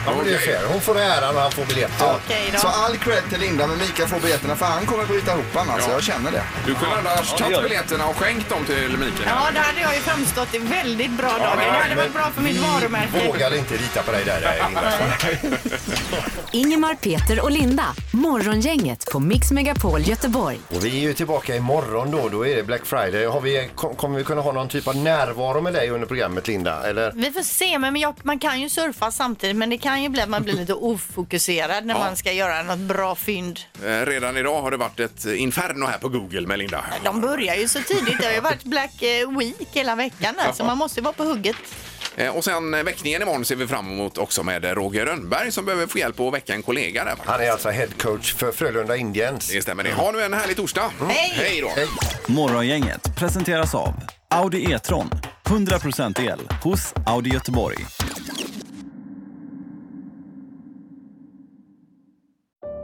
Speaker 2: Ja, men det är fair. Hon får äran och han får biljetter.
Speaker 3: Okej då.
Speaker 7: Så all cred till Linda, men Mikael får biljetterna för han kommer bryta ihop annars,
Speaker 1: Ja.
Speaker 7: jag känner det.
Speaker 1: Du kunde annars
Speaker 7: Ja, det
Speaker 1: tagit
Speaker 7: gör vi.
Speaker 1: biljetterna och skänkt dem till Mikael.
Speaker 3: Ja, då hade jag ju framstått i väldigt bra dagar. Det hade varit bra för mitt varumärke.
Speaker 2: Vågade inte lita på dig där, eh, Ingvar.
Speaker 4: Ingemar, Peter och Linda. Morgongänget på Mix Megapol Göteborg.
Speaker 2: Och vi är ju tillbaka imorgon då, då är det Black Friday. Har vi, kom- kommer vi kunna ha någon typ av närvaro med dig under programmet Linda? Eller?
Speaker 3: Vi får se, men jag, man kan ju surfa samtidigt men det kan ju bli att man blir lite ofokuserad när man ska göra något bra fynd.
Speaker 1: Eh, Redan idag har det varit ett inferno här på Google med Linda.
Speaker 3: De börjar ju så tidigt. Det har ju varit Black eh, Week hela veckan här, så man måste ju vara på hugget.
Speaker 1: Eh, Och sen eh, väckningen imorgon ser vi fram emot också med eh, Roger Rönnberg som behöver få hjälp att väcka en kollega där.
Speaker 2: Han är alltså head coach för Frölunda Indians.
Speaker 1: Det stämmer det. Ha nu en härlig torsdag.
Speaker 3: Hej!
Speaker 1: Hej då!
Speaker 12: Morgongänget presenteras av Audi E-tron. 100% el hos Audi Göteborg.